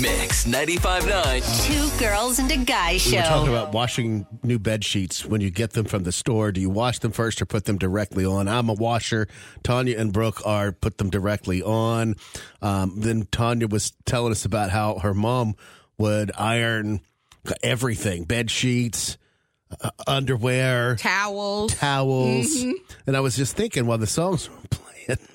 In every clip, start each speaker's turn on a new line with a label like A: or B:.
A: Mix 95.9.
B: Two girls and a guy
C: We were talking
B: show.
C: about washing new bed sheets when you get them from the store. Do you wash them first or put them directly on? I'm a washer. Tanya and Brooke are put them directly on. Um, then Tanya was telling us about how her mom would iron everything bed sheets, uh, underwear,
D: Towels.
C: towels.
D: Mm-hmm.
C: And I was just thinking while the songs were playing.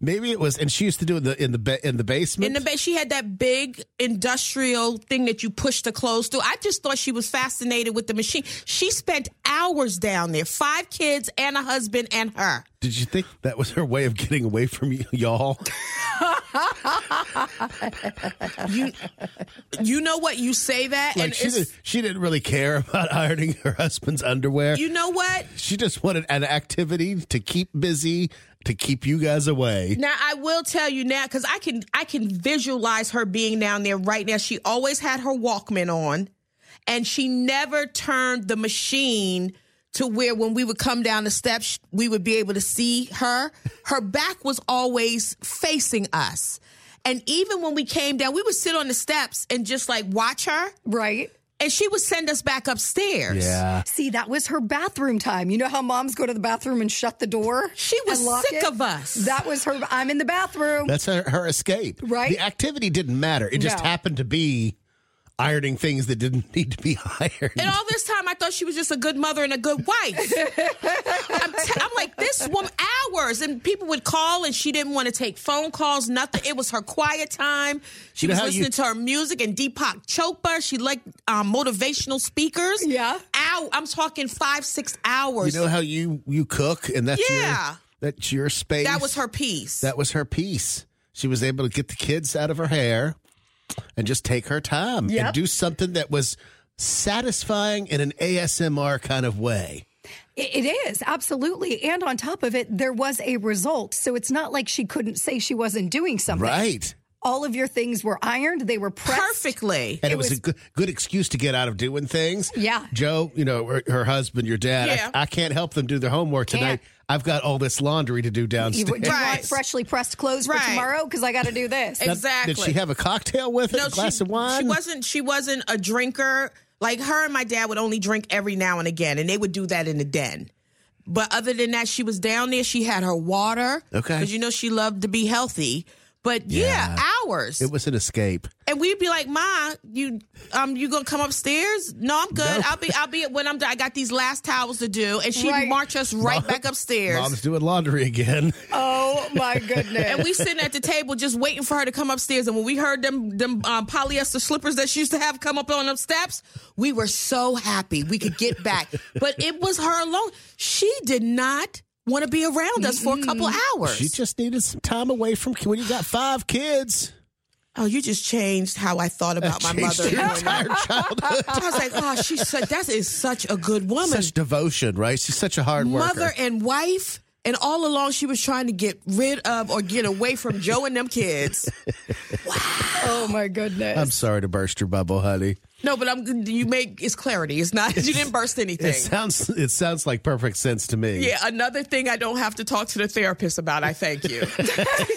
C: Maybe it was, and she used to do it in the in the, ba- in the basement.
D: In the bed, she had that big industrial thing that you push the clothes through. I just thought she was fascinated with the machine. She spent hours down there, five kids and a husband and her.
C: Did you think that was her way of getting away from y- y'all?
D: You, you know what? You say that,
C: Like
D: and
C: she
D: it's,
C: did, she didn't really care about ironing her husband's underwear.
D: you know what?
C: she just wanted an activity to keep busy, to keep you guys away.
D: Now I will tell you now because I can I can visualize her being down there right now. She always had her Walkman on, and she never turned the machine to where when we would come down the steps we would be able to see her. Her back was always facing us, and even when we came down, we would sit on the steps and just like watch her,
E: Right.
D: and she would send us back upstairs.
C: Yeah.
E: See, that was her bathroom time. You know how moms go to the bathroom and shut the door?
D: She was
E: and lock
D: sick
E: it?
D: of us.
E: That was her. I'm in the bathroom.
C: That's her, her escape.
E: Right.
C: The activity didn't matter. It just
E: No.
C: happened to be ironing things that didn't need to be ironed.
D: And all this time, I thought she was just a good mother and a good wife. I'm, t- I'm like, this woman, hours. And people would call, and she didn't want to take phone calls, nothing. It was her quiet time. She
C: You know
D: was
C: how
D: listening
C: you-
D: to her music and Deepak Chopra. She liked um, motivational speakers.
E: Yeah.
D: Ow, I'm talking five, six hours.
C: you know how you you cook and that's
D: Yeah.
C: your that's your space.
D: that was her piece.
C: That was her piece. She was able to get the kids out of her hair and just take her time and
E: Yep.
C: do something that was satisfying in an ASMR kind of way.
E: It it is, absolutely. And on top of it, there was a result. So it's not like she couldn't say she wasn't doing something.
C: Right.
E: All of your things were ironed, they were pressed.
D: Perfectly.
C: And it, was, a good, good excuse to get out of doing things.
E: Yeah.
C: Joe, you know, her, her husband, your dad, I-
D: Yeah.
C: I, can't help them do their homework tonight.
E: Can't.
C: I've got all this laundry to do
E: You,
C: downstairs.
E: do you
D: Right.
E: want freshly pressed clothes
D: Right.
E: for tomorrow? Because I got to do
D: Ex-
E: this.
C: Did
D: Exactly.
C: she have a cocktail with it? a glass
D: she,
C: of wine?
D: She wasn't. She wasn't a drinker. Like her and my dad would only drink every now and again, and they would do that in the den. But other than that, she was down there. She had her water.
C: Okay.
D: Because you know she loved to be healthy. But yeah, hours.
C: It was an escape.
D: and we'd be like, "Ma, you um, you gonna come upstairs? No, I'm good.
C: No.
D: I'll be I'll be when I'm done. I got these last towels to do." And she'd
E: Right.
D: march us right back upstairs.
C: Mom's doing laundry again.
E: oh my goodness.
D: and we sitting at the table just waiting for her to come upstairs. And when we heard them them um, polyester slippers that she used to have come up on them steps, we were so happy we could get back. but it was her alone. She did not want to be around us for a couple hours.
C: She just needed some time away from when you got five kids.
D: oh, you just changed how I thought about my
C: Changed
D: mother.
C: your entire childhood.
D: I was like, oh, she's such, that is such a good woman,
C: Such devotion, right? She's such a hard worker.
D: mother and wife. And all along, she was trying to get rid of or get away from Joe and them kids.
E: oh my goodness.
C: I'm sorry to burst your bubble, honey.
D: No, but I'm. You make it's clarity. It's not. you didn't burst anything.
C: It sounds it sounds like perfect sense to me.
D: Yeah, another thing I don't have to talk to the therapist about. I thank you.